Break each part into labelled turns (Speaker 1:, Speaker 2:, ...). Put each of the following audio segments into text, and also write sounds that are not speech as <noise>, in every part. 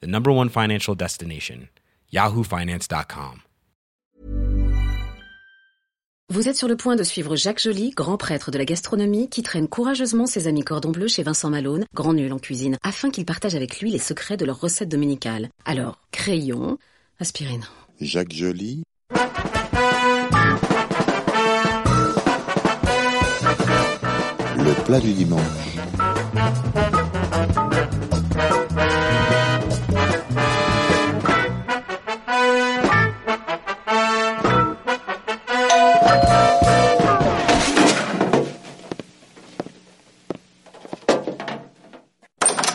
Speaker 1: the number one financial destination, yahoofinance.com.
Speaker 2: Vous êtes sur le point de suivre Jacques Joly, grand prêtre de la gastronomie, qui traîne courageusement ses amis cordon bleu chez Vincent Malone, grand nul en cuisine, afin qu'il partage avec lui les secrets de leurs recettes dominicales. Alors, crayon, aspirine.
Speaker 3: Jacques Joly, le plat du dimanche.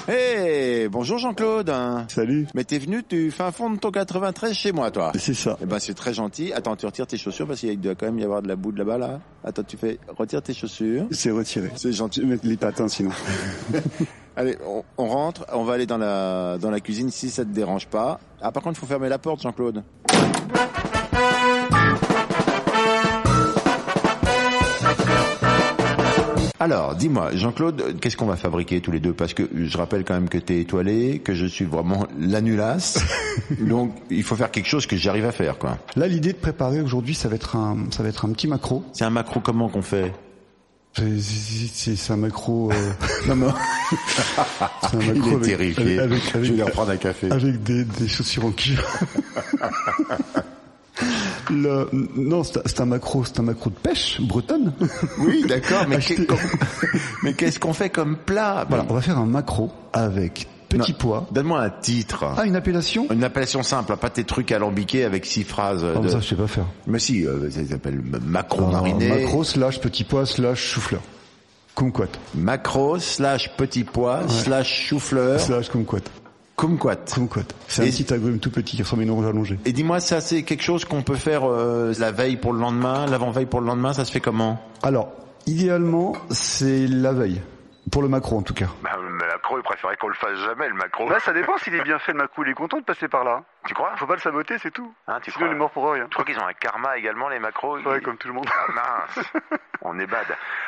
Speaker 4: Hey, Eh, bonjour Jean-Claude. hein.
Speaker 5: Salut.
Speaker 4: Mais t'es venu du fin fond de ton 93 chez moi, toi.
Speaker 5: C'est ça.
Speaker 4: Eh ben c'est très gentil. Attends, tu retires tes chaussures parce qu'il doit quand même y avoir de la boue de là-bas là. Attends, tu fais retire tes chaussures.
Speaker 5: C'est retiré. C'est gentil. Mettre les patins sinon.
Speaker 4: Allez, on, on rentre. On va aller dans la dans la cuisine si ça te dérange pas. Ah par contre, faut fermer la porte, Jean-Claude. Alors, dis-moi, Jean-Claude, qu'est-ce qu'on va fabriquer tous les deux Parce que je rappelle quand même que t'es étoilé, que je suis vraiment <laughs> l'anulasse. Donc, il faut faire quelque chose que j'arrive à faire, quoi.
Speaker 5: Là, l'idée de préparer aujourd'hui, ça va être un, ça va être un petit macro.
Speaker 4: C'est un macro comment qu'on fait
Speaker 5: C'est- C'est c'est- c'est un macro. euh,
Speaker 4: <laughs> Non, non.
Speaker 5: c'est un
Speaker 4: Il
Speaker 5: macro
Speaker 4: est
Speaker 5: avec-
Speaker 4: terrifié.
Speaker 5: avec- avec-
Speaker 4: je vais lui reprendre un café.
Speaker 5: Avec des, des chaussures en cuir.
Speaker 4: <laughs>
Speaker 5: Le- non, c'est un- c'est un macro, c'est un macro de pêche bretonne.
Speaker 4: Oui, d'accord, mais
Speaker 5: Acheter-
Speaker 4: qu'est- comme- <laughs> mais qu'est-ce qu'on fait comme plat
Speaker 5: Voilà, on va faire un macro avec petit pois.
Speaker 4: Donne-moi un titre.
Speaker 5: Ah, une appellation
Speaker 4: Une appellation simple, hein, pas tes trucs alambiqués avec six phrases. euh,
Speaker 5: Ah,
Speaker 4: de-
Speaker 5: ça, je sais pas faire.
Speaker 4: Mais si, euh, ça s'appelle m- macro
Speaker 5: Alors,
Speaker 4: mariné.
Speaker 5: Macro slash petit pois slash chou-fleur. Kumquat.
Speaker 4: Macro slash petit pois slash chou-fleur
Speaker 5: Slash kumquat.
Speaker 4: kumquat.
Speaker 5: Kumquat. C'est un
Speaker 4: Et-
Speaker 5: petit agrume tout petit qui ressemble à une orange allongée.
Speaker 4: Et dis-moi, ça c'est quelque chose qu'on peut faire euh, la veille pour le lendemain, l'avant-veille pour le lendemain, ça se fait comment
Speaker 5: Alors, idéalement, c'est la veille. Pour le macro, en tout cas.
Speaker 6: Bah, mais l'accro, il préférait qu'on le fasse jamais, le macro.
Speaker 7: Là, ça dépend s'il est bien fait, le Macou. Il est content de passer par là.
Speaker 6: tu crois
Speaker 7: Faut pas le saboter, c'est tout.
Speaker 6: Hein, tu
Speaker 7: Sinon,
Speaker 6: crois
Speaker 7: il est mort pour rien.
Speaker 6: Je crois qu'ils ont un karma également, les macros.
Speaker 7: Ouais,
Speaker 6: Ils-
Speaker 7: comme tout le monde.
Speaker 6: Ah,
Speaker 7: <laughs>
Speaker 6: mince On est bad.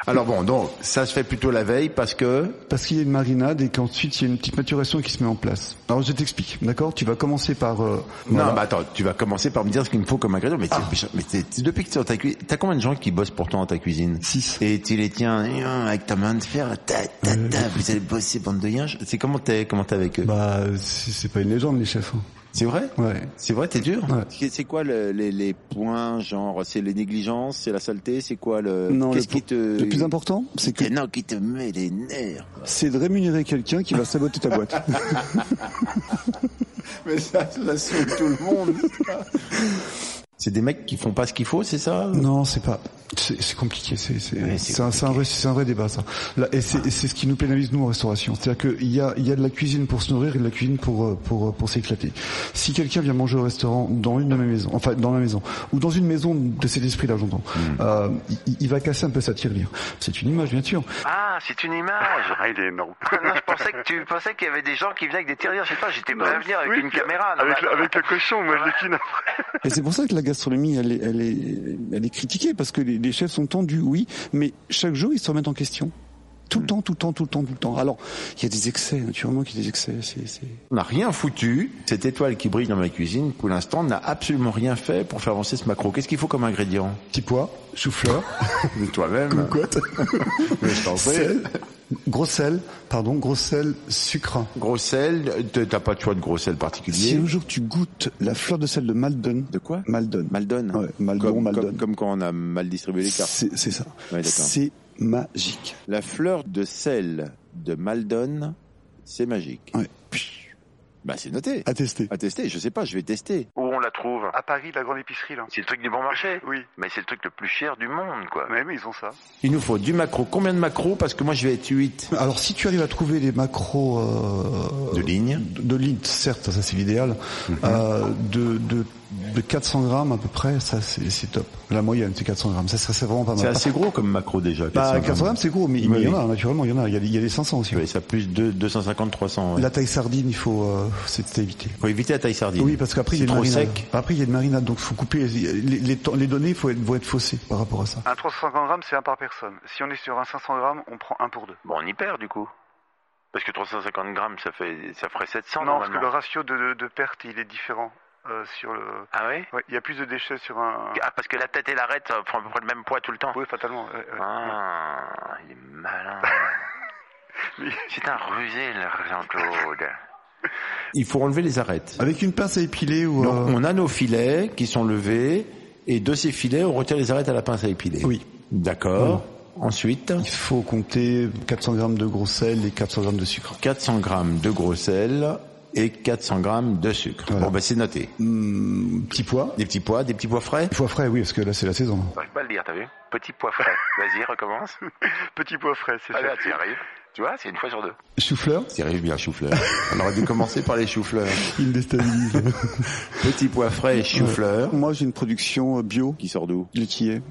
Speaker 4: Alors bon, donc ça se fait plutôt la veille parce que
Speaker 5: Parce qu'il y a une marinade et qu'ensuite, il y a une petite maturation qui se met en place. Alors, je t'explique, d'accord Tu vas commencer par... euh, voilà. Ah.
Speaker 4: Non, bah attends, tu vas commencer par me dire ce qu'il me faut comme ingrédient. Mais, t'es- mais t'es- t'es- depuis que tu es dans ta cuisine, t'as combien de gens qui bossent pour toi dans ta cuisine
Speaker 5: Six.
Speaker 4: Et tu les tiens euh, avec ta main de fer, ta, ta, ta, vous allez bosser, bande de yinches. C'est comment t'es, comment t'es avec eux
Speaker 5: Bah, c'est c'est pas une légende, les chefs. hein.
Speaker 4: C'est vrai
Speaker 5: Ouais.
Speaker 4: C'est vrai, t'es dur
Speaker 5: Ouais.
Speaker 4: C'est c'est quoi le- les, les points, genre, c'est les négligences, c'est la saleté, c'est quoi le...
Speaker 5: Non,
Speaker 4: Euh, Qu'est-ce
Speaker 5: le
Speaker 4: qui
Speaker 5: po-
Speaker 4: te...
Speaker 5: Le plus important, c'est que
Speaker 4: qui- Non, qui te met les nerfs. quoi.
Speaker 5: c'est de rémunérer quelqu'un qui va saboter ta boîte.
Speaker 4: <laughs> Mais ça, ça saoule tout le monde. ça. c'est des mecs qui font pas ce qu'il faut, c'est ça
Speaker 5: Non, c'est pas. C'est c'est compliqué. C'est c'est
Speaker 4: Ouais, c'est
Speaker 5: c'est un, c'est un vrai c'est un vrai débat ça. Là, et c'est et c'est ce qui nous pénalise nous en restauration. C'est-à-dire qu'il y a il y a de la cuisine pour se nourrir et de la cuisine pour euh, pour euh, pour s'éclater. Si quelqu'un vient manger au restaurant dans une de mes maisons, enfin dans ma maison ou dans une maison de cet esprit-là, j'entends,
Speaker 4: Hmm.
Speaker 5: euh, il, il va casser un peu sa tirelire. C'est une image bien sûr.
Speaker 6: Ah, c'est une image
Speaker 7: Ah, il est énorme.
Speaker 6: non, je pensais que tu pensais qu'il y avait des gens qui venaient avec des tirelires chez toi. J'étais prêt à venir avec
Speaker 7: Oui,
Speaker 6: une caméra. non,
Speaker 7: Avec,
Speaker 6: mais-
Speaker 7: avec le cochon, moi, je l'équine.
Speaker 8: Et c'est pour ça que la gastronomie, elle est, elle est, elle est critiquée, parce que les, les chefs sont tendus, oui, mais chaque jour, ils se remettent en question. Tout
Speaker 5: Mm.
Speaker 8: le temps, tout le temps, tout le temps, tout le temps. Alors, il y a des excès, naturellement qu'il y a des excès. c'est- c'est-
Speaker 4: On n'a rien foutu. Cette étoile qui brille dans ma cuisine, pour l'instant, n'a absolument rien fait pour faire avancer ce macro. Qu'est-ce qu'il faut comme ingrédient
Speaker 5: Petit pois,
Speaker 8: <laughs>
Speaker 5: chou-fleur,
Speaker 4: De toi-même.
Speaker 5: kumquat,
Speaker 8: <laughs>
Speaker 5: sel, gros sel, pardon, gros sel, sucre.
Speaker 4: Gros sel, t- t'as pas de choix de gros sel
Speaker 8: Si
Speaker 4: particulier.
Speaker 8: un jour tu goûtes la fleur de sel de Maldon,
Speaker 4: De quoi
Speaker 8: Maldon,
Speaker 4: Maldon.
Speaker 8: Ouais, Maldon,
Speaker 4: comme,
Speaker 8: Maldon.
Speaker 4: Comme, comme quand on a mal distribué les cartes.
Speaker 8: c'est c'est ça.
Speaker 4: Ouais, d'accord.
Speaker 8: c'est magique.
Speaker 4: La fleur de sel de Maldon, c'est magique.
Speaker 8: Ouais.
Speaker 4: Bah c'est noté.
Speaker 8: À tester.
Speaker 4: À tester, je sais pas, je vais tester.
Speaker 6: Ou on
Speaker 4: la trouve
Speaker 7: À Paris, la grande épicerie, là.
Speaker 4: C'est le truc du bon marché.
Speaker 7: Oui.
Speaker 4: Mais c'est le truc le plus cher du
Speaker 6: Hmm,
Speaker 4: monde, quoi.
Speaker 7: Mais, mais ils ont ça.
Speaker 4: Il nous faut du macro. Combien de macros Parce que moi, je vais être 8
Speaker 5: Alors si tu arrives à trouver des macros euh,
Speaker 4: de ligne.
Speaker 5: de, de ligne, certes, ça c'est l'idéal,
Speaker 4: Mhm.
Speaker 5: euh, de, de, de 400 grammes à peu près, ça c'est c'est top. La moyenne c'est 400 grammes, ça serait c'est vraiment pas
Speaker 4: C'est
Speaker 5: mal.
Speaker 4: assez gros comme macro déjà.
Speaker 5: Bah,
Speaker 4: 400.
Speaker 5: 400 grammes c'est gros, mais mais il
Speaker 4: Oui,
Speaker 5: y en
Speaker 4: oui.
Speaker 5: a, naturellement, il y en a. Il y a, des- il y a des 500 aussi.
Speaker 4: Oui, ça plus de 250, 300. ouais.
Speaker 5: La taille sardine, il faut, euh, c'est à éviter.
Speaker 4: Faut éviter la taille sardine.
Speaker 5: Oui, parce qu'après il y
Speaker 4: c'est
Speaker 5: a une
Speaker 4: trop
Speaker 5: marinade.
Speaker 4: sec.
Speaker 5: Après il y a une marinade, donc faut couper les, les, les temps- les données, faut être, vont être faussées par rapport à ça.
Speaker 7: Un 350 grammes, c'est un par personne. Si on est sur un 500 grammes, on prend un pour deux.
Speaker 9: Bon, on y perd du coup. Parce que 350 grammes, ça, fait, ça ferait 700
Speaker 7: non, parce que
Speaker 9: normalement.
Speaker 7: le ratio de, de, de perte, il est différent euh, sur le.
Speaker 9: Ah oui
Speaker 7: Ouais, il y a plus de déchets sur un.
Speaker 9: Ah, parce que la tête et l'arête font à peu près le même poids tout le temps.
Speaker 7: Oui, fatalement. ouais, ouais.
Speaker 9: Ah, il est <laughs> malin.
Speaker 7: Mais-
Speaker 9: C'est un rusé, le Jean-Claude.
Speaker 4: Il faut enlever les arêtes.
Speaker 5: Avec une pince à épiler ou.
Speaker 4: Donc,
Speaker 5: euh,
Speaker 4: on a nos filets qui sont levés et de ces filets, on retire les arêtes à la pince à épiler.
Speaker 5: Oui.
Speaker 4: D'accord. Ensuite,
Speaker 5: Il faut compter 400 grammes de gros sel et 400 grammes de sucre.
Speaker 4: 400 grammes de gros sel et 400 grammes de sucre.
Speaker 5: Voilà.
Speaker 4: Bon, ben c'est noté.
Speaker 5: Hum, petit pois.
Speaker 4: Des petits pois, des petits pois frais.
Speaker 5: Pois frais, oui, parce que là c'est la saison.
Speaker 9: J'arrive pas à le dire, t'as vu Petit pois
Speaker 4: <laughs>
Speaker 9: frais. Vas-y, recommence.
Speaker 7: Petit pois frais, c'est
Speaker 9: Ah
Speaker 7: fait.
Speaker 9: là, tu y arrives. Tu vois, c'est une fois sur deux.
Speaker 5: Chou-fleur,
Speaker 4: Ça arrive bien, chou-fleur. On aurait dû commencer par les chou-fleurs.
Speaker 5: il déstabilise. <laughs>
Speaker 4: Petits pois frais et chou-fleur.
Speaker 8: Moi, j'ai une production euh, bio,
Speaker 4: Qui sort d'où
Speaker 8: du qui est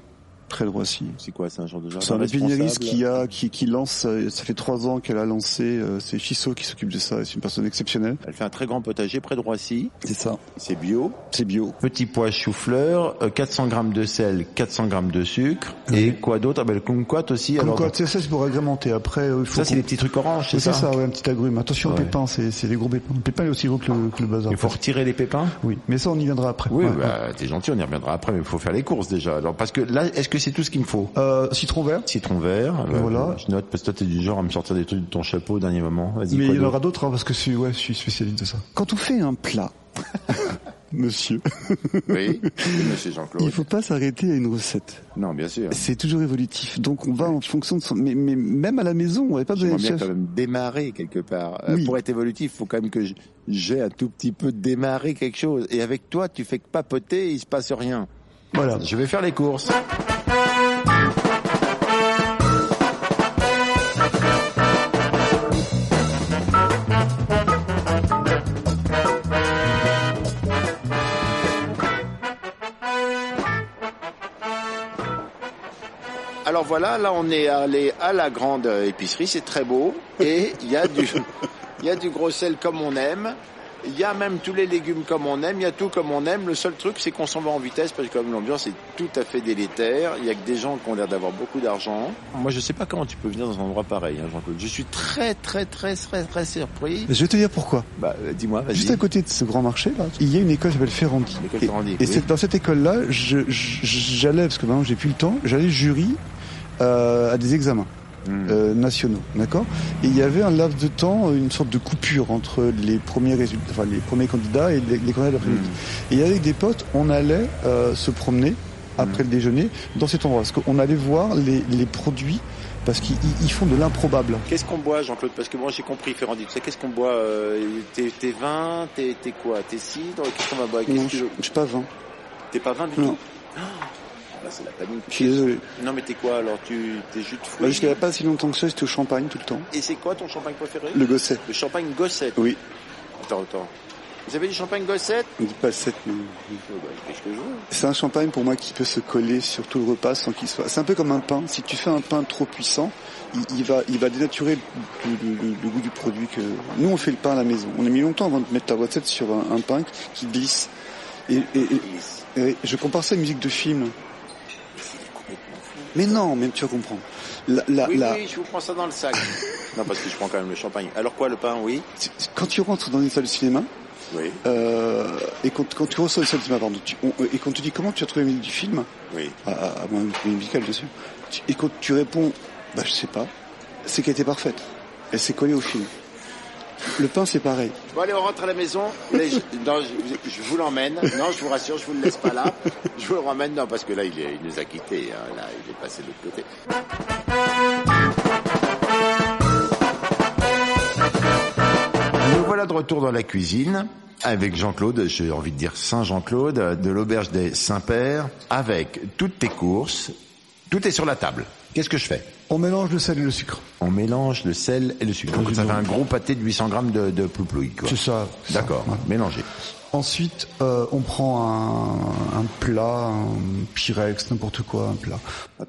Speaker 8: près de Roissy.
Speaker 4: C'est quoi, c'est un genre de jardin
Speaker 8: C'est un
Speaker 4: responsable
Speaker 8: épinériste qui a, qui, qui lance, euh, ça fait trois ans qu'elle a lancé, euh, c'est Chisso qui s'occupe de ça, et c'est une personne exceptionnelle.
Speaker 4: euh, Elle fait un très grand potager près de Roissy.
Speaker 8: C'est ça.
Speaker 4: C'est bio.
Speaker 8: C'est bio.
Speaker 4: Petit pois chou-fleur, euh, 400 grammes de sel, 400 grammes de sucre. Et quoi d'autre Ah ben le kumquat aussi.
Speaker 5: Comme
Speaker 4: alors,
Speaker 5: quoi, tu sais, ça c'est pour agrémenter. Après, euh, il faut.
Speaker 4: ça, c'est
Speaker 5: qu'on-
Speaker 4: les petits trucs oranges, c'est
Speaker 5: Oui,
Speaker 4: ça,
Speaker 5: c'est ça, ouais, un petit agrume. Attention aux
Speaker 4: Ouais.
Speaker 5: pépins, c'est c'est des gros pépins. Le pépin est aussi gros que le, que le bazar.
Speaker 4: Il faut retirer les pépins
Speaker 5: Oui, mais ça on y viendra après.
Speaker 4: Oui,
Speaker 5: Ouais.
Speaker 4: bah, t'es gentil, on y reviendra après, mais il faut faire les courses déjà. Alors, parce que là, est-ce que c'est tout ce qu'il me faut
Speaker 5: Euh, citron vert.
Speaker 4: Citron vert, euh,
Speaker 5: Voilà.
Speaker 4: je note, parce que toi, t'es du genre à me sortir des trucs de ton chapeau au dernier moment. Vas-y, quoi
Speaker 5: Mais il y en
Speaker 4: d'autre
Speaker 5: aura d'autres hein, parce que je suis, ouais, je suis spécialiste de ça.
Speaker 8: Quand on fait un plat, <laughs> monsieur,
Speaker 4: Oui, monsieur
Speaker 8: il
Speaker 4: Jean-Claude.
Speaker 8: faut pas s'arrêter à une recette.
Speaker 4: Non, bien sûr.
Speaker 8: C'est toujours évolutif. Donc, on va en fonction de son, mais, mais même à la maison, on n'avait pas besoin de
Speaker 4: J'aimerais bien
Speaker 8: chef.
Speaker 4: quand même démarrer quelque part. Euh,
Speaker 8: Oui.
Speaker 4: pour être évolutif, faut quand même que je- j'ai un tout petit peu démarré quelque chose. Et avec toi, tu fais que papoter, il se passe rien.
Speaker 5: Voilà.
Speaker 4: Je vais faire les courses. Alors voilà, là on est allé à la grande épicerie, c'est très beau et il y a <laughs> du il y a du gros sel comme on aime. Il y a même tous les légumes comme on aime, il y a tout comme on aime. Le seul truc, c'est qu'on s'en va en vitesse parce que comme l'ambiance est tout à fait délétère, il y a que des gens qui ont l'air d'avoir beaucoup d'argent. Moi, je sais pas comment tu peux venir dans un endroit pareil, hein, Jean-Claude. Je suis très, très, très, très, très surpris.
Speaker 8: Je vais te dire pourquoi.
Speaker 4: Bah, euh, dis-moi, vas-y.
Speaker 8: Juste à côté de ce grand marché, là, il y a une école qui s'appelle Ferrandi.
Speaker 4: L'école
Speaker 8: Et-
Speaker 4: Ferrandi,
Speaker 8: Et,
Speaker 4: oui.
Speaker 8: c'est dans cette école-là, je- je- j'allais, parce que maintenant j'ai plus le temps, j'allais jury euh, à des examens
Speaker 4: Hmm.
Speaker 8: euh, nationaux, d'accord Et il y avait un laps de temps, euh, une sorte de coupure entre les premiers résultats, enfin les premiers candidats et les, les candidats d'après-midi. Et avec des potes, on allait euh, se promener après le déjeuner dans cet endroit, parce qu'on allait voir les, les produits, parce qu'ils ils- ils font de l'improbable.
Speaker 4: Qu'est-ce qu'on boit, Jean-Claude Parce que moi, j'ai compris, Ferrandi. Tu sais, qu'est-ce qu'on boit euh, T'es t'es vin, t'es t'es quoi T'es cidre Qu'est-ce qu'on va boire Qu'est-ce
Speaker 8: Non,
Speaker 4: que
Speaker 8: je
Speaker 4: tu veux
Speaker 8: je suis pas vin.
Speaker 4: T'es pas vin du
Speaker 8: Non.
Speaker 4: tout Ah, bah, c'est la panique.
Speaker 8: Je suis désolé.
Speaker 4: Non, mais t'es quoi alors Tu T'es jus de
Speaker 8: Bah,
Speaker 4: fruits
Speaker 8: Jusqu'à il y a pas si longtemps que ça, j'étais au champagne tout le temps.
Speaker 4: Et c'est quoi ton champagne préféré
Speaker 8: Le gosset.
Speaker 4: Le champagne gossette.
Speaker 8: Oui.
Speaker 4: Attends, attends. Vous avez du champagne gossette
Speaker 8: On dit pas le 7, mais...
Speaker 4: Oh, bah, Qu'est-ce que je veux
Speaker 8: C'est un champagne pour moi qui peut se coller sur tout le repas sans qu'il soit. C'est un peu comme un pain. Si tu fais un pain trop puissant, il, il va, il va dénaturer le, le- le- le goût du produit que. Nous, on fait le pain à la maison. On a mis longtemps avant de mettre la recette sur un, un pain qui glisse. Et, et- et- et je compare ça à une musique de film. Mais non, même tu vas comprendre. La, la-
Speaker 4: Oui,
Speaker 8: la-
Speaker 4: oui, je vous prends ça dans
Speaker 8: <laughs>
Speaker 4: le sac. non, parce que je prends quand même le champagne. Alors quoi, le pain, oui
Speaker 8: Quand tu rentres dans une salle de cinéma,
Speaker 4: Oui,
Speaker 8: euh, et quand, quand tu reçois une salle de cinéma, pardon, tu- on- et qu'on te dit comment tu as trouvé la musique du film,
Speaker 4: oui.
Speaker 8: à, à, à moins de comédie musicale, bien sûr. Tu- Et quand tu réponds, bah je sais pas, c'est qu'elle était parfaite. Elle s'est collée au film. Le pain, c'est pareil.
Speaker 4: Bon allez, on rentre à la maison. Les- non, je, je vous l'emmène. Non, je vous rassure, je vous le laisse pas là. Je vous le ramène. Non, parce que là, il, est- il nous a quittés. hein. Là, il est passé de l'autre côté. Nous voilà voilà de retour dans la cuisine avec Jean-Claude, j'ai envie de dire Saint-Jean-Claude, de l'auberge des Saint-Pères, avec toutes tes courses. Tout est sur la table. Qu'est-ce que je fais
Speaker 5: On mélange le sel et le sucre.
Speaker 4: On mélange le sel et le sucre. Donc ça fait un gros pâté de 800 grammes de, de plouplouille, quoi.
Speaker 5: C'est ça. c'est ça.
Speaker 4: D'accord,
Speaker 5: Ouais.
Speaker 4: mélangé.
Speaker 5: Ensuite, euh, on prend un, un plat, un pyrex, n'importe quoi, un plat.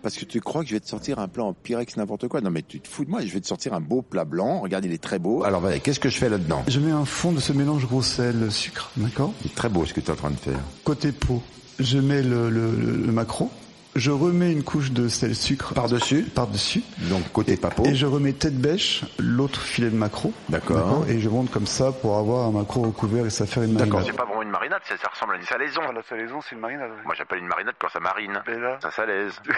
Speaker 4: Parce que tu crois que je vais te sortir un plat en pyrex n'importe quoi. Non mais tu te fous de moi, je vais te sortir un beau plat blanc. Regarde, il est très beau. Alors voilà, qu'est-ce que je fais là-dedans
Speaker 5: Je mets un fond de ce mélange gros sel sucre, d'accord
Speaker 4: C'est très beau ce que tu es en train de faire.
Speaker 5: Côté peau, je mets le, le, le- le maquereau. Je remets une couche de sel sucre
Speaker 4: Par-dessus
Speaker 5: par-dessus.
Speaker 4: Donc côté papo.
Speaker 5: Et je remets tête bêche, l'autre filet de maquereau.
Speaker 4: D'accord.
Speaker 5: Et je monte comme ça pour avoir un maquereau recouvert et ça fait une
Speaker 4: D'accord.
Speaker 5: marinade.
Speaker 9: C'est pas vraiment une marinade, ça, ça ressemble à une salaison.
Speaker 7: Ah, la salaison, c'est une marinade. ouais.
Speaker 9: Moi j'appelle une marinade quand ça marine.
Speaker 7: Mais là.
Speaker 9: Ça salaise. <laughs>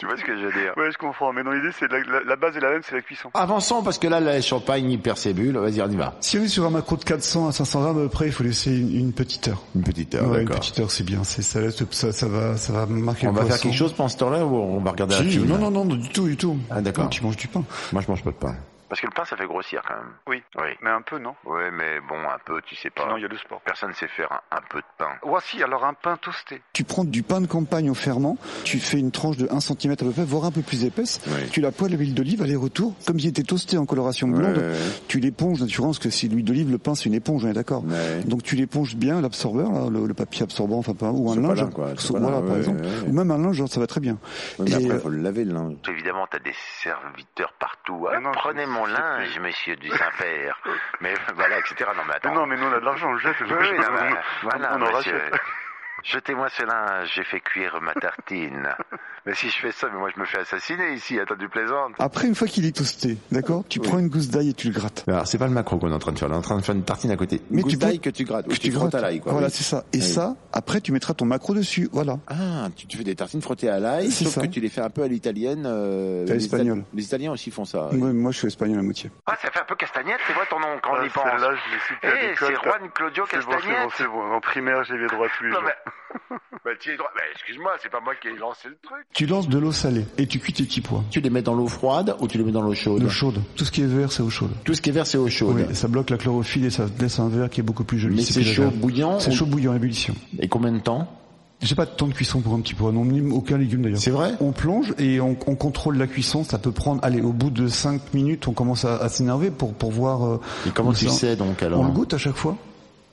Speaker 9: tu vois ce que je veux dire
Speaker 7: Ouais, je comprends, mais dans l'idée, c'est la, la- la base est la même, c'est la cuisson.
Speaker 4: Avançons parce que là, la champagne hyper cébule. Vas-y, on y va.
Speaker 5: Si on est sur un maquereau de 400 à 500 grammes, après, il faut laisser une, une petite heure.
Speaker 4: Une petite heure,
Speaker 5: Ouais, une
Speaker 4: Ah, d'accord.
Speaker 5: petite heure, c'est bien. C'est ça, laisse- ça, ça va, ça va marquer
Speaker 4: On
Speaker 5: le
Speaker 4: va faire
Speaker 5: poisson.
Speaker 4: quelque chose pendant ce temps-là ou on va regarder un
Speaker 5: Si,
Speaker 4: film
Speaker 5: non, non, non, du tout, du tout.
Speaker 4: Ah, d'accord.
Speaker 5: Non, Tu manges du pain.
Speaker 4: Moi, je mange pas de pain.
Speaker 9: Parce que le pain ça fait grossir quand même.
Speaker 7: Oui.
Speaker 9: Oui.
Speaker 7: Mais un peu, non
Speaker 9: Ouais, mais bon, un peu, tu sais pas.
Speaker 7: Sinon, il y a le sport. Oh.
Speaker 9: Personne sait faire un, un peu de pain.
Speaker 7: Ouah, si, alors un pain toasté.
Speaker 8: Tu prends du pain de campagne au ferment, tu fais une tranche de 1 cm à peu près, voire un peu plus épaisse,
Speaker 4: Oui.
Speaker 8: tu la poêles à l'huile d'olive, aller-retour, comme il était toasté en coloration blonde, tu l'éponges, naturellement, parce que c'est l'huile d'olive, le pain c'est une éponge, on est d'accord Donc tu l'éponges bien, l'absorbeur, là, le, le papier absorbant, enfin pas, ou un
Speaker 4: C'est pas
Speaker 8: linge,
Speaker 4: là, quoi, c'est pas
Speaker 8: voilà,
Speaker 4: là,
Speaker 8: par
Speaker 4: ouais,
Speaker 8: exemple,
Speaker 4: ouais, ouais.
Speaker 8: ou même un linge, genre, ça va très bien.
Speaker 4: Oui, mais
Speaker 8: Et,
Speaker 4: après,
Speaker 8: euh,
Speaker 4: faut le laver, le linge.
Speaker 9: Évidemment, t'as des serviteurs partout.
Speaker 7: Mais
Speaker 9: Ah,
Speaker 7: non,
Speaker 9: prenez
Speaker 7: je-
Speaker 9: mon
Speaker 7: je-
Speaker 9: linge, monsieur du
Speaker 7: <laughs>
Speaker 9: Saint-Père. mais voilà, etc. Non, mais
Speaker 7: Mais
Speaker 9: attends.
Speaker 7: non, mais nous, on a de l'argent, on le jette.
Speaker 9: Oui, oui, non, mais voilà,
Speaker 7: on en
Speaker 9: monsieur.
Speaker 7: rachète.
Speaker 9: <laughs> Jetez-moi ce linge, j'ai fait cuire ma tartine. mais si je fais ça, mais moi je me fais assassiner ici. Attends, tu plaisantes
Speaker 8: Après, une fois qu'il est toasté, d'accord, tu prends une gousse d'ail et tu le grattes.
Speaker 4: Alors, c'est pas le macro qu'on est en train de faire. On est en train de faire une tartine à côté.
Speaker 8: Mais
Speaker 4: Gousse
Speaker 8: tu peux-
Speaker 4: d'ail que tu grattes. ou
Speaker 8: que tu
Speaker 4: frottes
Speaker 8: grattes.
Speaker 4: à l'ail, quoi.
Speaker 8: Voilà,
Speaker 4: oui.
Speaker 8: c'est ça. Et
Speaker 4: Oui.
Speaker 8: ça, après, tu mettras ton macro dessus. Voilà.
Speaker 4: Ah, tu, tu fais des tartines frottées à l'ail,
Speaker 8: C'est
Speaker 4: sauf
Speaker 8: ça.
Speaker 4: que tu les fais un peu à l'italienne. Euh,
Speaker 8: À l'espagnol.
Speaker 4: Itali- Les Italiens aussi font ça.
Speaker 8: Moi, moi, je suis espagnol à moitié.
Speaker 9: Ah, ça fait un peu castagnette, c'est vrai ton nom quand on
Speaker 7: Ah,
Speaker 9: y pense.
Speaker 7: Celle-là, je l'ai su
Speaker 9: Eh,
Speaker 7: à l'école,
Speaker 9: c'est
Speaker 7: t'as-
Speaker 9: Juan Claudio
Speaker 7: C'est bon, c'est bon,
Speaker 9: Castagnette.
Speaker 7: c'est bon. En primaire, j'ai les droits tous les
Speaker 9: Non,
Speaker 7: jours.
Speaker 9: mais. Bah, tu es droit. Bah, excuse-moi, c'est pas moi qui ai lancé le truc.
Speaker 5: Tu lances de l'eau salée et tu cuis tes petits pois.
Speaker 4: Tu les mets dans l'eau froide ou tu les mets dans l'eau chaude
Speaker 5: L'eau chaude. Tout ce qui est vert, c'est eau chaude.
Speaker 4: Tout ce qui est vert, c'est eau chaude.
Speaker 5: Oui, ça bloque la chlorophylle et ça laisse un vert qui est beaucoup plus joli.
Speaker 4: Mais c'est
Speaker 5: plus
Speaker 4: chaud
Speaker 5: agréable.
Speaker 4: bouillant
Speaker 5: C'est
Speaker 4: ou-
Speaker 5: chaud bouillant, ébullition.
Speaker 4: Et combien de temps
Speaker 5: J'ai pas de temps de cuisson pour un petit pois, non, ni aucun légume d'ailleurs.
Speaker 4: C'est vrai
Speaker 5: On plonge et on, on contrôle la cuisson. Ça peut prendre, allez, au bout de 5 minutes, on commence à, à s'énerver pour pour voir. euh,
Speaker 4: Et comment
Speaker 5: où
Speaker 4: tu
Speaker 5: ça-
Speaker 4: sais donc alors
Speaker 5: On le goûte à chaque fois.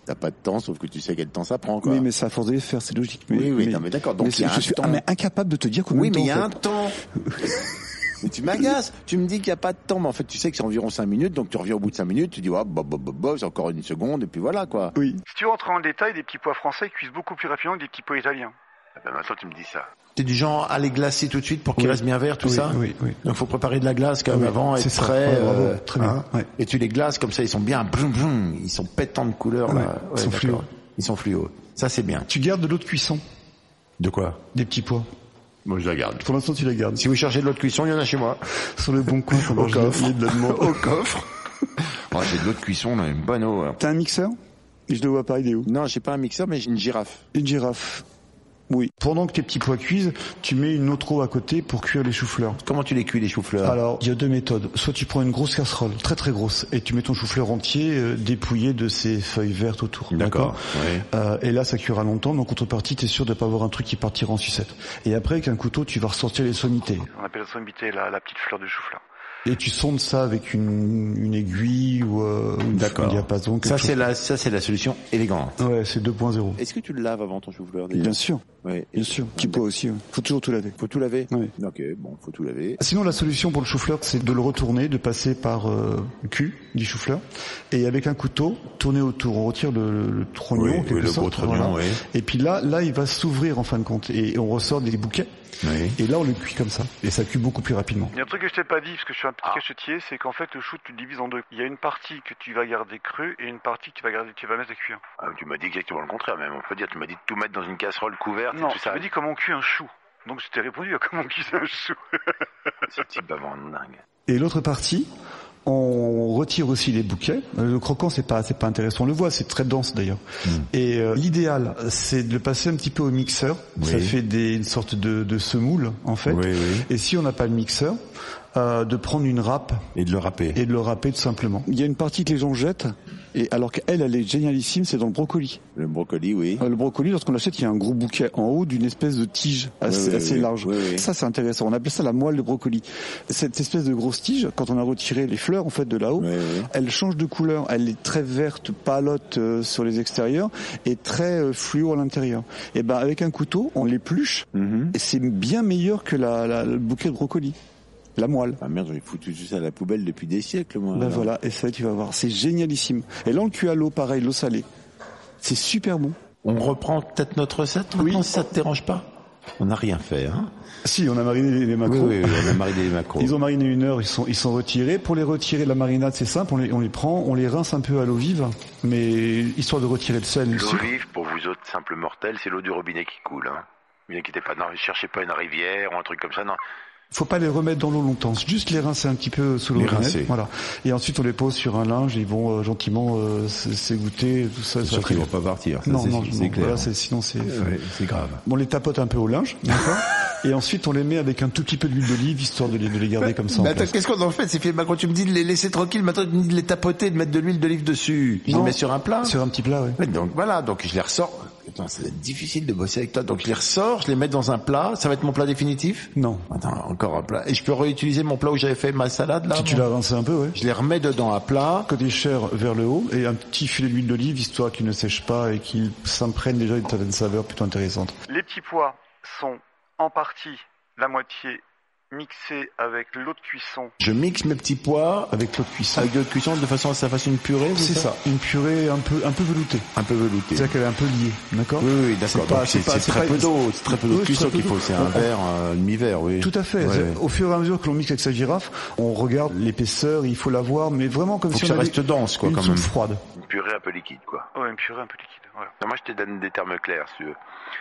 Speaker 4: T'as pas de temps, sauf que tu sais quel temps ça prend, quoi.
Speaker 8: Oui, mais ça, à force de les faire, c'est logique. Mais,
Speaker 4: Oui, oui, non, mais d'accord, donc
Speaker 8: mais
Speaker 4: il y
Speaker 8: c'est-
Speaker 4: a
Speaker 8: je
Speaker 4: un
Speaker 8: suis
Speaker 4: temps.
Speaker 8: ah, mais incapable de te dire combien
Speaker 4: Oui,
Speaker 8: de
Speaker 4: mais
Speaker 8: temps.
Speaker 4: il y a
Speaker 8: en
Speaker 4: un
Speaker 8: fait.
Speaker 4: temps.
Speaker 8: <laughs>
Speaker 4: mais tu m'agaces. Tu me dis qu'il n'y a pas de temps, mais en fait, tu sais que c'est environ 5 minutes, donc tu reviens au bout de 5 minutes, tu dis, ah, bah, bah, bah, bah, c'est encore une seconde, et puis voilà, quoi.
Speaker 8: Oui.
Speaker 7: Si tu rentres en détail, des petits pois français cuisent beaucoup plus rapidement que des petits pois italiens.
Speaker 9: Ah, bah, maintenant, tu me dis ça.
Speaker 4: T'es du genre à les glacer tout de suite pour qu'ils restent bien verts, tout
Speaker 5: oui,
Speaker 4: ça
Speaker 5: Oui, oui.
Speaker 4: Donc faut préparer de la glace quand même
Speaker 5: Oui,
Speaker 4: avant,
Speaker 5: c'est
Speaker 4: être
Speaker 5: ça.
Speaker 4: prêt. euh, hein.
Speaker 5: Ouais, bravo, très bien, Ah, ouais.
Speaker 4: Et tu les glaces comme ça, ils sont bien, broum, broum, ils sont pétants de couleur
Speaker 5: Ouais,
Speaker 4: là.
Speaker 5: ils sont
Speaker 4: d'accord.
Speaker 5: fluo.
Speaker 4: Ils sont fluo. Ça c'est bien.
Speaker 5: Tu gardes de l'eau de cuisson
Speaker 4: De quoi
Speaker 5: des petits pois.
Speaker 4: Moi je la garde.
Speaker 5: Pour l'instant, tu les gardes.
Speaker 4: Si vous cherchez de l'eau de cuisson, il y en a chez moi.
Speaker 5: Sur le bon coin, ça
Speaker 4: Au
Speaker 5: mange
Speaker 4: coffre.
Speaker 5: de la demande.
Speaker 4: Au coffre. <laughs> Oh, j'ai de l'eau de cuisson, là, une bonne eau. hein.
Speaker 8: T'as un mixeur Je le vois pas, il est où
Speaker 4: Non, j'ai pas un mixeur, mais j'ai une girafe.
Speaker 8: Une girafe.
Speaker 5: Pendant que tes petits pois cuisent, tu mets une autre eau à côté pour cuire les choux-fleurs.
Speaker 4: Comment tu les cuis les
Speaker 7: Ah,
Speaker 4: choux-fleurs
Speaker 5: Alors, il y a deux méthodes. Soit tu prends une grosse casserole, très très grosse, et tu mets ton chou-fleur entier euh, dépouillé de ses feuilles vertes autour.
Speaker 4: D'accord, ouais.
Speaker 5: Euh, et là, ça cuira longtemps, donc en contrepartie, t'es sûr de pas avoir un truc qui partira en sucette. Et après, avec un couteau, tu vas ressortir les sommités.
Speaker 7: On appelle ça sommité la, la petite fleur de chou-fleur.
Speaker 5: Et tu sondes ça avec une, une aiguille ou, euh, ou une-
Speaker 4: D'accord.
Speaker 5: un diapason. quelque
Speaker 4: Ça
Speaker 5: chose.
Speaker 4: c'est la, ça c'est la solution élégante.
Speaker 5: Ouais, c'est 2.0.
Speaker 4: Est-ce que tu le laves avant ton chou-fleur déjà
Speaker 8: Bien sûr,
Speaker 4: Ouais.
Speaker 8: bien sûr. Petit pois aussi. ouais. Faut toujours tout laver.
Speaker 4: Faut tout laver.
Speaker 8: Oui.
Speaker 4: Ok, bon, faut tout laver.
Speaker 5: Sinon, la solution pour le chou-fleur, c'est de le retourner, de passer par euh, le cul du chou-fleur, et avec un couteau, tourner autour. On retire le, le, le trognon,
Speaker 4: Oui,
Speaker 5: en quelque
Speaker 4: oui, le
Speaker 5: sorte,
Speaker 4: gros trognon,
Speaker 5: voilà.
Speaker 4: oui.
Speaker 5: Et puis là, là, il va s'ouvrir en fin de compte, et on ressort des bouquets.
Speaker 4: Oui.
Speaker 5: Et là, on le cuit comme ça, et ça cuit beaucoup plus rapidement.
Speaker 7: Il y a un truc que je t'ai pas dit, parce que je suis un petit
Speaker 9: Ah.
Speaker 7: cachetier, c'est qu'en fait, le chou, tu le divises en deux. Il y a une partie que tu vas garder crue et une partie que tu vas, garder, tu vas mettre à cuire.
Speaker 9: Ah, tu m'as dit exactement le contraire, même. On peut dire, tu m'as dit de tout mettre dans une casserole couverte
Speaker 7: Non,
Speaker 9: et tout
Speaker 7: tu
Speaker 9: ça.
Speaker 7: m'as dit comment on cuit un chou. Donc je t'ai répondu à comment on cuit un chou.
Speaker 9: Ce type va vendre dingue.
Speaker 5: Et l'autre partie, on retire aussi les bouquets. Euh, Le croquant, c'est pas, c'est pas intéressant. On le voit, c'est très dense d'ailleurs. Et euh, l'idéal, c'est de le passer un petit peu au mixeur.
Speaker 4: Oui.
Speaker 5: Ça fait des, une sorte de, de semoule en fait.
Speaker 4: Oui, oui.
Speaker 5: Et si on n'a pas le mixeur, euh, de prendre une râpe
Speaker 4: Et de le râper.
Speaker 5: et de le râper tout simplement.
Speaker 10: Il y a une partie que les gens jettent, et alors qu'elle, elle est génialissime, c'est dans le brocoli.
Speaker 11: Le brocoli, oui.
Speaker 10: Euh, Le brocoli, lorsqu'on l'achète, il y a un gros bouquet en haut d'une espèce de tige assez,
Speaker 11: oui,
Speaker 10: assez
Speaker 11: oui,
Speaker 10: large.
Speaker 11: oui, oui.
Speaker 10: Ça, c'est intéressant. On appelle ça la moelle de brocoli. Cette espèce de grosse tige, quand on a retiré les fleurs en fait de là-haut,
Speaker 11: Oui, oui.
Speaker 10: elle change de couleur. Elle est très verte, palote euh, sur les extérieurs et très euh, fluo à l'intérieur. Et ben, avec un couteau, on l'épluche
Speaker 11: Mhm.
Speaker 10: et c'est bien meilleur que la, la- le bouquet de brocoli, la moelle.
Speaker 11: Ah merde, j'ai foutu tout ça à la poubelle depuis des siècles, moi.
Speaker 10: Ben
Speaker 11: alors.
Speaker 10: voilà, et ça tu vas voir, c'est génialissime. Et là on le cuit à l'eau, pareil, l'eau salée. C'est super bon.
Speaker 4: On reprend peut-être notre recette maintenant, si ça te dérange pas. On n'a rien fait, hein Ah,
Speaker 5: Si, on a mariné les, les
Speaker 4: Oui,
Speaker 5: maquereaux.
Speaker 4: oui, oui, on a mariné les macros.
Speaker 5: Ils ont mariné une heure, ils sont, ils sont retirés. Pour les retirer de la marinade, c'est simple, on les, on les prend, on les rince un peu à l'eau vive, mais histoire de retirer le sel et le
Speaker 12: L'eau
Speaker 5: sucre.
Speaker 12: vive, pour vous autres simples mortels, c'est l'eau du robinet qui coule. Hein. Ne vous inquiétez pas, non, cherchez pas une rivière ou un truc comme ça, non.
Speaker 5: Faut pas les remettre dans l'eau longtemps, juste les rincer un petit peu euh, sous l'eau.
Speaker 4: Les
Speaker 5: de lunette,
Speaker 4: rincer.
Speaker 5: Voilà. Et ensuite, on les pose sur un linge, ils vont euh, gentiment euh, s- s'égoutter, tout ça. ça
Speaker 4: Sauf
Speaker 5: va
Speaker 4: qu'ils vont
Speaker 5: très
Speaker 4: pas partir. ça,
Speaker 5: Non,
Speaker 4: c'est-
Speaker 5: non,
Speaker 4: c'est
Speaker 5: non,
Speaker 4: clair.
Speaker 5: voilà, c'est- sinon c'est...
Speaker 4: hein.
Speaker 5: euh,
Speaker 4: Ouais, c'est grave.
Speaker 5: On les tapote un peu au linge, d'accord <laughs> Et ensuite, on les met avec un tout petit peu d'huile d'olive, histoire de les, de les garder comme ça en
Speaker 4: Mais attends,
Speaker 5: place.
Speaker 4: qu'est-ce qu'on en fait ces films Macron Tu me dis de les laisser tranquilles, maintenant tu me dis de les tapoter, de mettre de l'huile d'olive dessus. Je les
Speaker 5: Non.
Speaker 4: mets sur un plat.
Speaker 5: Sur un petit plat, oui.
Speaker 4: Ouais, donc voilà, donc je les ressors. Attends, ça va être difficile de bosser avec toi. Donc je les ressors, je les mets dans un plat. Ça va être mon plat définitif
Speaker 5: Non.
Speaker 4: Attends, encore un plat. Et je peux réutiliser mon plat où j'avais fait ma salade là
Speaker 5: Si tu
Speaker 4: moi
Speaker 5: l'as rincé un peu, ouais.
Speaker 4: Je les remets dedans à plat.
Speaker 5: Côté chair vers le haut et un petit filet d'huile d'olive, histoire qu'il ne sèche pas et qu'il s'imprègne déjà d'une certaine saveur plutôt intéressante.
Speaker 7: Les petits pois sont en partie, la moitié, mixés avec l'eau de cuisson.
Speaker 4: Je mixe mes petits pois
Speaker 5: Avec l'eau de cuisson.
Speaker 4: avec de l'eau de cuisson de façon à ce que ça fasse une purée.
Speaker 5: C'est ça, une purée un peu, un peu veloutée.
Speaker 4: Un peu velouté.
Speaker 5: C'est-à-dire qu'elle est un peu liée, d'accord
Speaker 4: Oui, oui, d'accord.
Speaker 5: C'est pas-
Speaker 4: Donc, C'est
Speaker 5: c'est pas-
Speaker 4: c'est
Speaker 5: c'est
Speaker 4: très
Speaker 5: pas-
Speaker 4: peu d'eau, c'est très peu d'eau
Speaker 5: Oui,
Speaker 4: de
Speaker 5: c'est
Speaker 4: cuisson
Speaker 5: très peu
Speaker 4: qu'il faut.
Speaker 5: d'eau.
Speaker 4: C'est un
Speaker 5: On-
Speaker 4: verre, un demi-verre, oui.
Speaker 5: Tout à fait.
Speaker 4: Ouais,
Speaker 5: C'est-
Speaker 4: ouais.
Speaker 5: Au fur et à mesure que l'on mixe avec sa girafe, on regarde l'épaisseur, il faut la voir, mais vraiment comme
Speaker 4: Faut
Speaker 5: si
Speaker 4: que
Speaker 5: on
Speaker 4: ça
Speaker 5: avait
Speaker 4: reste dense, quoi,
Speaker 5: une
Speaker 4: quand
Speaker 5: soupe
Speaker 4: même.
Speaker 5: froide.
Speaker 12: Une purée un peu liquide, quoi.
Speaker 7: Oh, une purée un peu liquide. Voilà.
Speaker 12: Non, moi, je te donne des termes clairs, si tu veux.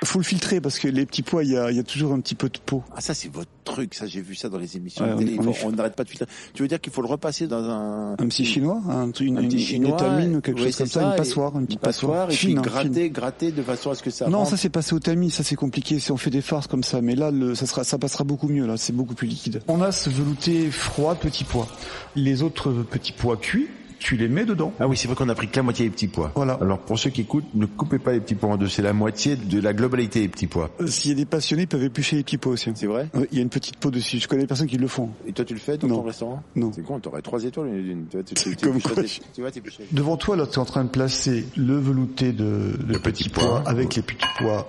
Speaker 10: Faut le filtrer parce que les petits pois, il y a, il y a toujours un petit peu de peau.
Speaker 4: Ah ça c'est votre truc, ça j'ai vu ça dans les émissions
Speaker 10: Ouais,
Speaker 4: de
Speaker 10: on-
Speaker 4: télé,
Speaker 10: on
Speaker 4: Faut-
Speaker 10: est-
Speaker 4: on n'arrête pas de filtrer. Tu veux dire qu'il faut le repasser dans un
Speaker 10: Un petit chinois, un, truc- une,
Speaker 4: un petit
Speaker 10: une-
Speaker 4: chinois,
Speaker 10: une étamine ou quelque
Speaker 4: oui,
Speaker 10: chose comme
Speaker 4: c'est
Speaker 10: ça,
Speaker 4: ça,
Speaker 10: une
Speaker 4: et-
Speaker 10: passoire, une
Speaker 4: une
Speaker 10: petite passoire.
Speaker 4: passoire et puis
Speaker 10: Fine, hein, fine.
Speaker 4: gratter, gratter de façon à ce que ça
Speaker 10: Non,
Speaker 4: rentre.
Speaker 10: ça c'est passé au tamis, ça c'est compliqué, c'est on fait des farces comme ça, mais là le, ça sera, ça passera beaucoup mieux, là c'est beaucoup plus liquide.
Speaker 5: On a ce velouté froid petit pois. Les autres petits pois cuits, tu les mets dedans.
Speaker 4: Ah oui, c'est vrai qu'on a pris que la moitié des petits pois.
Speaker 5: Voilà.
Speaker 4: Alors pour ceux qui écoutent, ne coupez pas les petits pois en deux, c'est la moitié de la globalité des petits pois.
Speaker 10: Euh, S'il y a des passionnés, ils peuvent éplucher les petits pois aussi.
Speaker 4: C'est vrai
Speaker 10: Ouais, Il y a une petite peau dessus, je connais des personnes qui le font.
Speaker 4: Et toi tu le fais dans
Speaker 10: Non.
Speaker 4: ton restaurant
Speaker 10: Non.
Speaker 4: C'est con, t'aurais trois étoiles une, une- tu vois, tu- tu- tu-
Speaker 10: Comme
Speaker 4: tu-
Speaker 10: quoi,
Speaker 4: tu-
Speaker 10: je-
Speaker 4: tu vois, t'es plus cher.
Speaker 5: Devant toi, là, tu es en train de placer le velouté de, de petits pois avec les petits pois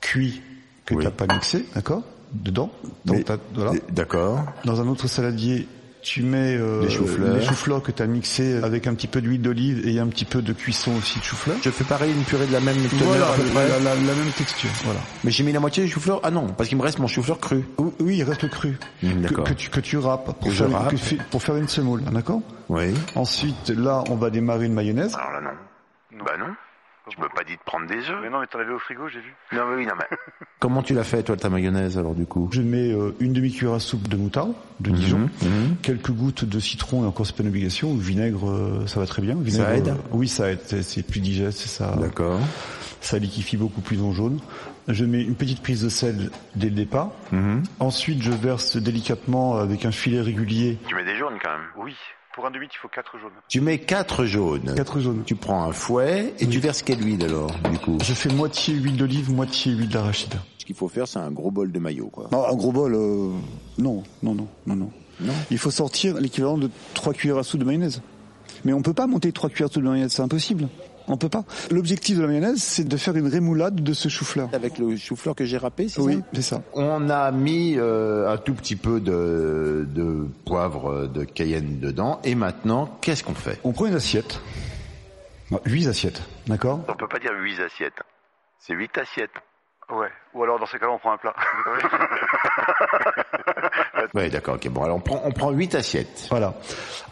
Speaker 5: cuits que
Speaker 4: Oui.
Speaker 5: t'as pas mixés, d'accord Dedans. Dans,
Speaker 4: Mais-
Speaker 5: ta- voilà.
Speaker 4: D'accord.
Speaker 5: dans un autre saladier, tu mets euh,
Speaker 4: Des choux-fleurs.
Speaker 5: les choux-fleurs que t'as mixés avec un petit peu d'huile d'olive et un petit peu de cuisson aussi de choux-fleurs.
Speaker 4: Je fais pareil, une purée de la même teneur à peu près.
Speaker 5: la, la- la même texture. Voilà.
Speaker 4: Mais j'ai mis la moitié du chou-fleur. Ah non, parce qu'il me reste mon chou-fleur cru.
Speaker 5: Ou- Oui, il reste le cru
Speaker 4: Mm,
Speaker 5: que,
Speaker 4: d'accord.
Speaker 5: que tu que tu râpes pour
Speaker 4: Que je
Speaker 5: faire
Speaker 4: râpe.
Speaker 5: que fi- pour faire une semoule, d'accord
Speaker 4: Oui.
Speaker 5: Ensuite, là, on va démarrer une mayonnaise.
Speaker 12: Alors là, non.
Speaker 7: Non.
Speaker 12: Bah non. Tu m'as pas dit de prendre des
Speaker 7: Mais
Speaker 12: œufs.
Speaker 7: non, mais t'en avais au frigo, j'ai vu.
Speaker 12: Non, mais oui, non, mais.
Speaker 4: Comment tu l'as fait toi ta mayonnaise alors du coup
Speaker 5: Je mets euh, une demi-cuillère à soupe de moutarde de
Speaker 4: Mhm,
Speaker 5: Dijon, quelques gouttes de citron et encore c'est pas une obligation. Ou vinaigre, euh, ça va très bien. Vinaigre,
Speaker 4: aide
Speaker 5: euh, Oui, ça aide. C'est- C'est plus digeste, c'est ça.
Speaker 4: D'accord.
Speaker 5: Ça liquifie beaucoup plus en jaune. Je mets une petite prise de sel dès le départ.
Speaker 4: Mhm.
Speaker 5: Ensuite, je verse délicatement avec un filet régulier
Speaker 12: Tu mets des jaunes quand même.
Speaker 7: Oui, pour un demi, il faut quatre jaunes.
Speaker 4: Tu mets quatre jaunes.
Speaker 5: quatre jaunes.
Speaker 4: Tu prends un fouet et tu verses quelle huile alors du coup
Speaker 5: Je fais moitié huile d'olive, moitié huile d'arachide.
Speaker 4: Ce qu'il faut faire, c'est un gros bol de maillot quoi.
Speaker 10: Non, un gros bol, euh, non, non, non, non, non. Il faut sortir l'équivalent de trois cuillères à soupe de mayonnaise. Mais on peut pas monter trois cuillères à soupe de mayonnaise, c'est impossible. On peut pas. L'objectif de la mayonnaise, c'est de faire une rémoulade de ce chou-fleur.
Speaker 4: Avec le chou-fleur que j'ai râpé, c'est
Speaker 10: Oui,
Speaker 4: ça
Speaker 10: c'est ça.
Speaker 4: On a mis euh, un tout petit peu de, de poivre euh, de cayenne dedans et maintenant qu'est-ce qu'on fait
Speaker 5: On prend une assiette.
Speaker 4: Bah,
Speaker 5: Ah, Huit assiettes, d'accord
Speaker 12: On peut pas dire 8 assiettes. C'est 8 assiettes.
Speaker 7: Ouais. Ou alors, dans ces cas-là, on prend un plat.
Speaker 4: <laughs> Ouais d'accord ok bon alors on prend on prend huit assiettes.
Speaker 5: Voilà.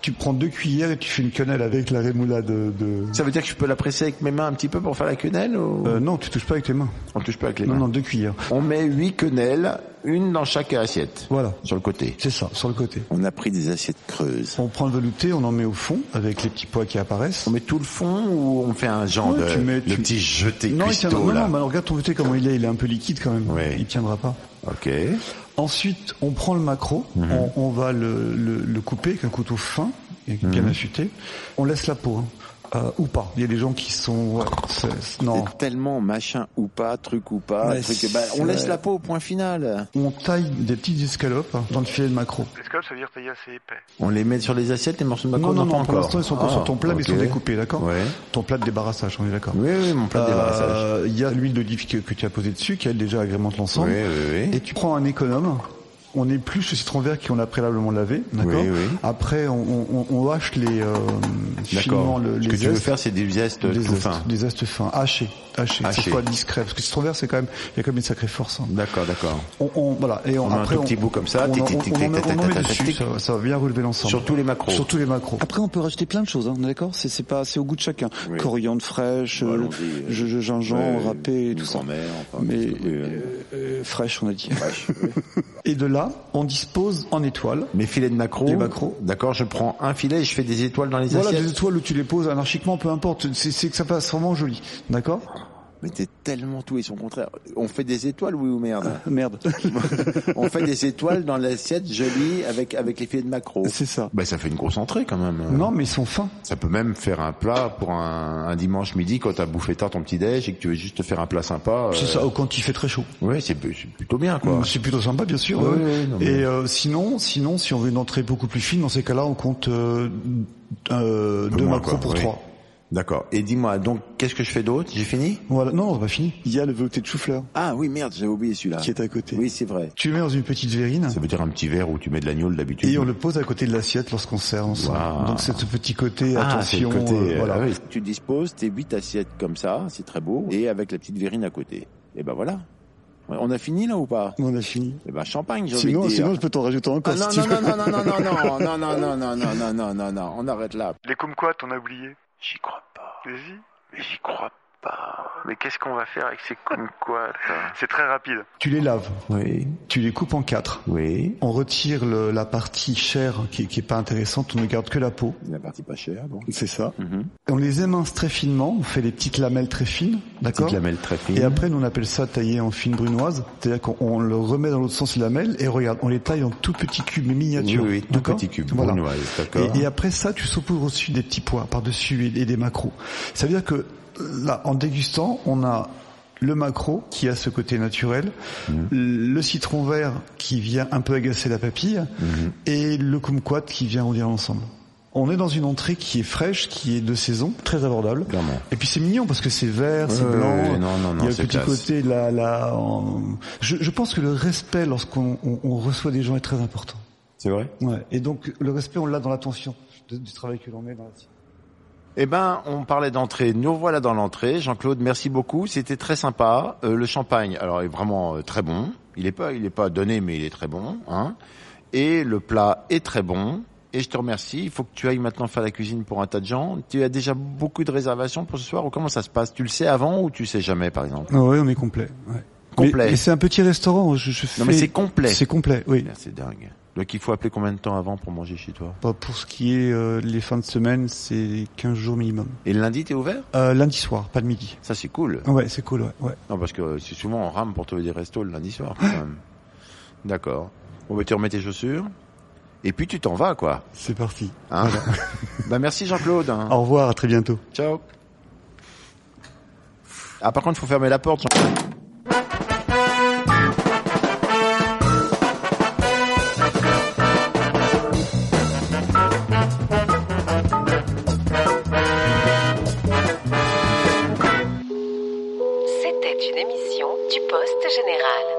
Speaker 5: Tu prends deux cuillères et tu fais une quenelle avec la rémoulade de...
Speaker 4: Ça veut dire que je peux la presser avec mes mains un petit peu pour faire la quenelle ou...
Speaker 5: Euh, non, tu touches pas avec tes mains.
Speaker 4: On touche pas avec les
Speaker 5: non,
Speaker 4: mains.
Speaker 5: non, deux cuillères.
Speaker 4: On met huit quenelles, une dans chaque assiette.
Speaker 5: Voilà.
Speaker 4: Sur le côté.
Speaker 5: C'est ça, sur le côté.
Speaker 4: On a pris des assiettes creuses.
Speaker 5: On prend le velouté, on en met au fond avec les petits pois qui apparaissent.
Speaker 4: On met tout le fond ou on fait un genre
Speaker 5: Ouais,
Speaker 4: de
Speaker 5: tu mets-
Speaker 4: le
Speaker 5: tu-
Speaker 4: petit jeté
Speaker 5: Non, il
Speaker 4: cuistot
Speaker 5: tiendra- non,
Speaker 4: là
Speaker 5: non, mais alors, regarde ton velouté comment il est, il est un peu liquide quand même.
Speaker 4: Ouais.
Speaker 5: Il tiendra pas.
Speaker 4: Ok.
Speaker 5: Ensuite, on prend le maquereau,
Speaker 4: Mhm.
Speaker 5: on, on va le, le- le couper avec un couteau fin et bien
Speaker 4: Mhm.
Speaker 5: affûté. On laisse la peau, hein. Euh, ou pas. Il y a des gens qui sont... ouais, c'est- c'est- non.
Speaker 13: C'est tellement machin ou pas, truc ou pas,
Speaker 5: Ouais,
Speaker 13: truc, bah, on
Speaker 5: c'est-
Speaker 13: laisse la peau au point final.
Speaker 5: On taille des petites escalopes dans le filet de maquereau.
Speaker 14: L'escalope, ça veut dire tailler assez épais.
Speaker 4: On les met sur les assiettes, les morceaux de macaron
Speaker 5: non, non, non, pour
Speaker 4: encore.
Speaker 5: l'instant, ils sont encore
Speaker 4: Ah,
Speaker 5: sur ton plat, mais ils sont
Speaker 4: ok.
Speaker 5: découpés, d'accord
Speaker 4: Ouais.
Speaker 5: Ton plat de débarrassage, on est d'accord
Speaker 4: Oui, oui, mon plat de débarrassage.
Speaker 5: Euh, Il y a l'huile d'olive que, que tu as posée dessus, qui elle déjà agrémente l'ensemble.
Speaker 4: Oui, oui, oui.
Speaker 5: Et tu prends un économe. On épluche le citron vert qui on l'a préalablement lavé, d'accord
Speaker 4: Oui, oui.
Speaker 5: Après, on, on, on hache les euh,
Speaker 4: D'accord.
Speaker 5: finement le,
Speaker 4: Ce
Speaker 5: les
Speaker 4: que tu veux
Speaker 5: zestes.
Speaker 4: faire, c'est des zestes
Speaker 5: des
Speaker 4: tout
Speaker 5: zestes,
Speaker 4: fins.
Speaker 5: des zestes fins, hachés, hachés,
Speaker 4: Hachés.
Speaker 5: cette fois discret, parce que le citron vert c'est quand même, il y a quand même une sacrée force. hein.
Speaker 4: D'accord, d'accord.
Speaker 5: On, on- voilà, et on,
Speaker 4: On met un
Speaker 5: après
Speaker 4: tout petit bout comme ça,
Speaker 5: on,
Speaker 4: tic,
Speaker 5: en-
Speaker 4: tic,
Speaker 5: on-
Speaker 4: tic,
Speaker 5: on en met-
Speaker 4: tic,
Speaker 5: on en
Speaker 4: tic,
Speaker 5: met
Speaker 4: tic,
Speaker 5: dessus,
Speaker 4: tic.
Speaker 5: ça, ça va bien relever l'ensemble.
Speaker 4: Sur tous les macros.
Speaker 5: Sur tous les macros.
Speaker 15: Après, on peut rajouter plein de choses, hein, on est d'accord C'est c'est pas, c'est au goût de chacun.
Speaker 4: Oui.
Speaker 15: Coriandre fraîche,
Speaker 4: Bon,
Speaker 15: euh,
Speaker 4: allons-y, euh,
Speaker 15: je- je- gingembre,
Speaker 4: Ouais,
Speaker 15: râpé, tout ça.
Speaker 4: grand-mère, enfin,
Speaker 15: Mais
Speaker 4: oui, oui.
Speaker 15: euh, euh, fraîche, on a dit.
Speaker 5: <laughs> Et de là, on dispose en étoile.
Speaker 4: Mes filets de macros.
Speaker 5: Les macros.
Speaker 4: D'accord, je prends un filet et je fais des étoiles dans les
Speaker 5: Voilà
Speaker 4: assiettes.
Speaker 5: des étoiles où tu les poses anarchiquement, peu importe. C'est c'est que ça passe vraiment joli, d'accord
Speaker 13: Mais t'es tellement tout et son contraire. On fait des étoiles, oui ou merde
Speaker 4: Ah.
Speaker 5: <laughs>
Speaker 15: Merde,
Speaker 13: <laughs> On fait des étoiles dans l'assiette jolie avec, avec les filets de macro.
Speaker 15: c'est ça.
Speaker 4: Bah, ça fait une grosse entrée quand même.
Speaker 5: Non, mais ils sont fins.
Speaker 4: Ça peut même faire un plat pour un, un dimanche midi quand t'as bouffé tard ton petit déj et que tu veux juste te faire un plat sympa.
Speaker 5: C'est ça, ou quand il fait très chaud.
Speaker 4: Oui, c'est c'est plutôt bien quoi.
Speaker 5: Mm, C'est plutôt sympa, bien sûr.
Speaker 4: Ouais,
Speaker 5: ouais.
Speaker 4: ouais, non, mais-
Speaker 5: Et euh, sinon, sinon, si on veut une entrée beaucoup plus fine, dans ces cas-là, on compte euh, euh,
Speaker 4: Peu
Speaker 5: deux
Speaker 4: moins,
Speaker 5: macros
Speaker 4: quoi,
Speaker 5: pour
Speaker 4: oui.
Speaker 5: trois.
Speaker 4: D'accord. Et dis-moi, donc qu'est-ce que je fais d'autre J'ai fini
Speaker 5: Voilà. Non, c'est pas fini.
Speaker 15: Il y a le velouté de chou-fleur
Speaker 13: Ah oui, merde, j'avais oublié
Speaker 4: Ah.
Speaker 13: celui-là.
Speaker 15: qui est à côté.
Speaker 13: Oui, c'est vrai.
Speaker 5: Tu le mets dans une petite verrine
Speaker 13: Ah.
Speaker 4: Ça veut dire un petit verre où tu mets de l'agneau d'habitude.
Speaker 5: et on le pose à côté de l'assiette lorsqu'on sert ensemble.
Speaker 4: Waouh.
Speaker 5: Donc c'est ce petit côté
Speaker 4: Ah, c'est le
Speaker 5: attention.
Speaker 4: côté.
Speaker 5: euh, voilà.
Speaker 4: ah oui.
Speaker 13: Tu disposes tes huit assiettes comme ça, c'est très beau, et avec la petite verrine à côté. Et ben voilà. Ouais, On a fini là ou pas
Speaker 15: On a fini.
Speaker 13: Eh ben champagne, j'ai envie de
Speaker 15: Sinon,
Speaker 13: dire.
Speaker 15: sinon, je peux t'en rajouter encore
Speaker 13: Ah non,
Speaker 15: si tu veux.
Speaker 13: non, non, non, non, non, non,
Speaker 5: <laughs>
Speaker 13: non, non, non, non, non, non, non, non, non, on arrête là.
Speaker 14: Les kumquats, on a oublié.
Speaker 7: J'y crois pas.
Speaker 14: Vas-y.
Speaker 7: Mais j'y crois pas. Mais qu'est-ce qu'on va faire avec ces kumquats hein
Speaker 14: C'est très rapide.
Speaker 5: Tu les laves,
Speaker 4: Oui.
Speaker 5: tu les coupes en quatre.
Speaker 4: Oui.
Speaker 5: On retire le- la partie chair qui, qui est pas intéressante. On ne garde que la peau.
Speaker 13: La partie pas chère, bon.
Speaker 5: C'est ça.
Speaker 4: Mhm.
Speaker 5: On les émince très finement. On fait des petites lamelles très fines, d'accord
Speaker 4: Petite lamelle très fine.
Speaker 5: Et après, nous on appelle ça tailler en fine brunoise. C'est-à-dire qu'on on le remet dans l'autre sens de la mêle et regarde, on les taille en tout petits cubes
Speaker 4: oui,
Speaker 5: miniatures.
Speaker 4: oui, tout
Speaker 5: d'accord
Speaker 4: petit cube.
Speaker 5: Voilà.
Speaker 4: brunoise, d'accord.
Speaker 5: Et, et après ça, tu saupoudres au-dessus des petits pois par-dessus et, et des macros. Ça veut dire que là, en dégustant, on a le macro qui a ce côté naturel,
Speaker 4: Mhm.
Speaker 5: le citron vert qui vient un peu agacer la papille
Speaker 4: Mhm.
Speaker 5: et le kumquat qui vient arrondir l'ensemble. On est dans une entrée qui est fraîche, qui est de saison, très abordable.
Speaker 4: Clairement.
Speaker 5: Et puis c'est mignon parce que c'est vert, c'est
Speaker 4: Ouais,
Speaker 5: blanc.
Speaker 4: ouais, ouais, non, non, non,
Speaker 5: il y a le
Speaker 4: c'est
Speaker 5: petit
Speaker 4: classe.
Speaker 5: côté là, là. en- Je, je pense que le respect lorsqu'on on- on reçoit des gens est très important.
Speaker 4: C'est vrai.
Speaker 5: Ouais. Et donc le respect, on l'a dans l'attention de- du travail que l'on met dans la
Speaker 4: Eh ben, on parlait d'entrée. Nous voilà dans l'entrée. Jean-Claude, merci beaucoup. C'était très sympa. Euh, le champagne, alors, est vraiment euh, très bon. Il est pas, il est pas donné, mais il est très bon. Hein. Et le plat est très bon. Et je te remercie. Il faut que tu ailles maintenant faire la cuisine pour un tas de gens. Tu as déjà beaucoup de réservations pour ce soir ou comment ça se passe Tu le sais avant ou tu sais jamais, par exemple
Speaker 5: Oui, Ah on est complet.
Speaker 4: Complet. Mais- mais
Speaker 5: c'est un petit restaurant. Je,
Speaker 4: Non, mais c'est complet.
Speaker 5: C'est complet, oui.
Speaker 4: Merde, C'est dingue. Donc, il faut appeler combien de temps avant pour manger chez toi
Speaker 5: Bah, pour ce qui est euh, les fins de semaine, c'est 15 jours minimum.
Speaker 4: Et le lundi, t'es ouvert
Speaker 5: Euh, lundi soir, pas le midi.
Speaker 4: Ça, c'est cool.
Speaker 5: Ouais, c'est cool, ouais. ouais.
Speaker 4: Non, parce que euh, c'est souvent on rame pour trouver des restos le lundi soir, quand même. D'accord. Bon, bah, tu remets tes chaussures. Et puis, tu t'en vas, quoi.
Speaker 5: C'est parti.
Speaker 4: Hein <laughs> bah, merci, Jean-Claude. hein.
Speaker 5: Au revoir, à très bientôt.
Speaker 4: Ciao. Ah, par contre, faut fermer la porte, Jean-
Speaker 16: C'était une émission du Poste Général.